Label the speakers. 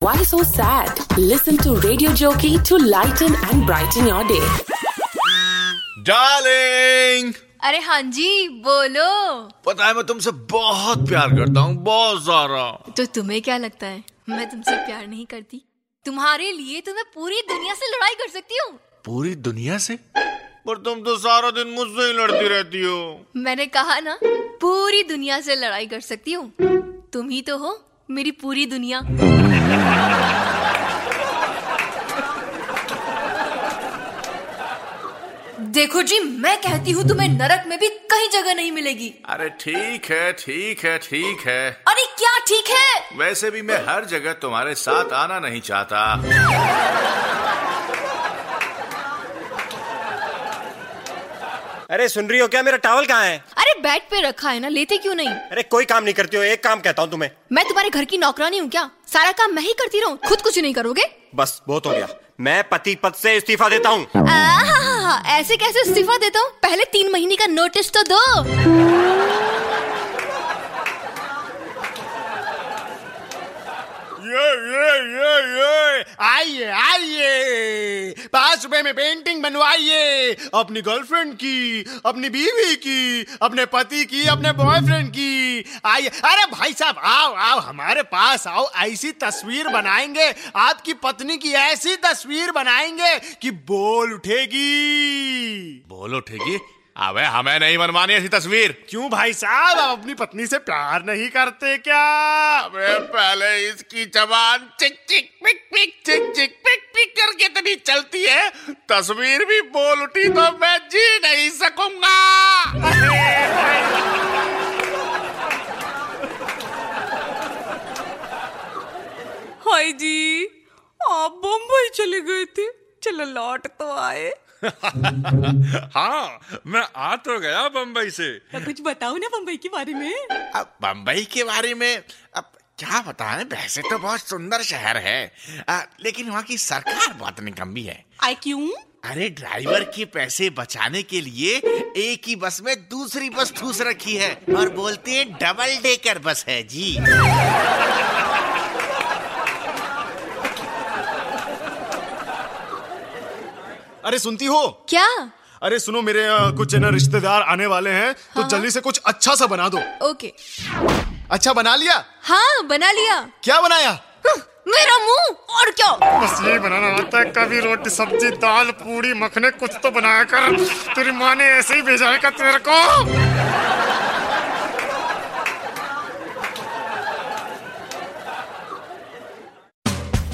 Speaker 1: Why so sad? Listen to Radio Jockey to lighten and brighten your day.
Speaker 2: Darling
Speaker 3: अरे हाँ जी बोलो
Speaker 2: पता है मैं तुमसे बहुत प्यार करता हूँ बहुत सारा
Speaker 3: तो तुम्हें क्या लगता है मैं तुमसे प्यार नहीं करती तुम्हारे लिए तो मैं पूरी दुनिया से लड़ाई कर सकती हूँ
Speaker 2: पूरी दुनिया से पर तुम तो सारा दिन मुझसे ही लड़ती रहती हो
Speaker 3: मैंने कहा ना पूरी दुनिया से लड़ाई कर सकती हूँ तुम ही तो हो मेरी पूरी दुनिया देखो जी मैं कहती हूँ तुम्हें नरक में भी कहीं जगह नहीं मिलेगी
Speaker 2: अरे ठीक है ठीक है ठीक है
Speaker 3: अरे क्या ठीक है
Speaker 2: वैसे भी मैं हर जगह तुम्हारे साथ आना नहीं चाहता
Speaker 4: अरे सुन रही हो क्या मेरा टावल कहाँ है
Speaker 3: अरे बेड पे रखा है ना लेते क्यों नहीं
Speaker 4: अरे कोई काम नहीं करती हो एक काम कहता हूँ तुम्हें
Speaker 3: मैं तुम्हारे घर की नौकरानी हूँ क्या सारा काम मैं ही करती रहूँ खुद कुछ नहीं करोगे
Speaker 4: बस बहुत हो गया मैं पति पद से इस्तीफा देता हूँ
Speaker 3: आहा, ऐसे कैसे इस्तीफा देता हूँ पहले तीन महीने का नोटिस तो दो
Speaker 5: ये ये ये ये आइए आइए पाँच रुपए में पेंटिंग बनवाइए अपनी गर्लफ्रेंड की अपनी बीवी की अपने पति की अपने बॉयफ्रेंड की आइए अरे भाई साहब आओ आओ हमारे पास आओ ऐसी तस्वीर बनाएंगे आपकी पत्नी की ऐसी तस्वीर बनाएंगे कि बोल उठेगी
Speaker 2: बोलो ठेकी अबे हमें नहीं बनवानी ऐसी तस्वीर
Speaker 5: क्यों भाई साहब आप अपनी पत्नी से प्यार नहीं करते क्या
Speaker 2: अबे पहले इसकी जबान चिक चिक पिक पिक चिक चिक पिक पिक करके इतनी चलती है तस्वीर भी बोल उठी तो मैं जी नहीं सकूंगा
Speaker 6: हाय जी आप बम्बई चले गए थे चलो लौट तो आए
Speaker 7: हाँ मैं आ तो गया बम्बई से
Speaker 6: तो कुछ बताओ ना बम्बई के बारे में
Speaker 7: अब बम्बई के बारे में अब क्या बताएं वैसे तो बहुत सुंदर शहर है आ, लेकिन वहाँ की सरकार बहुत निकम्मी है
Speaker 6: आए क्यों
Speaker 7: अरे ड्राइवर के पैसे बचाने के लिए एक ही बस में दूसरी बस ठूस रखी है और बोलते हैं डबल डेकर बस है जी
Speaker 5: अरे सुनती हो
Speaker 3: क्या
Speaker 5: अरे सुनो मेरे अ, कुछ है ना रिश्तेदार आने वाले हैं तो जल्दी से कुछ अच्छा सा बना दो
Speaker 3: ओके
Speaker 5: अच्छा बना लिया
Speaker 3: हाँ बना लिया
Speaker 5: क्या बनाया
Speaker 3: हम्म, मेरा मुंह और क्या
Speaker 5: बस ये बनाना आता है कभी रोटी सब्जी दाल पूरी मखने कुछ तो बनाया कर तेरी माँ ने ऐसे ही भेजा है तेरे को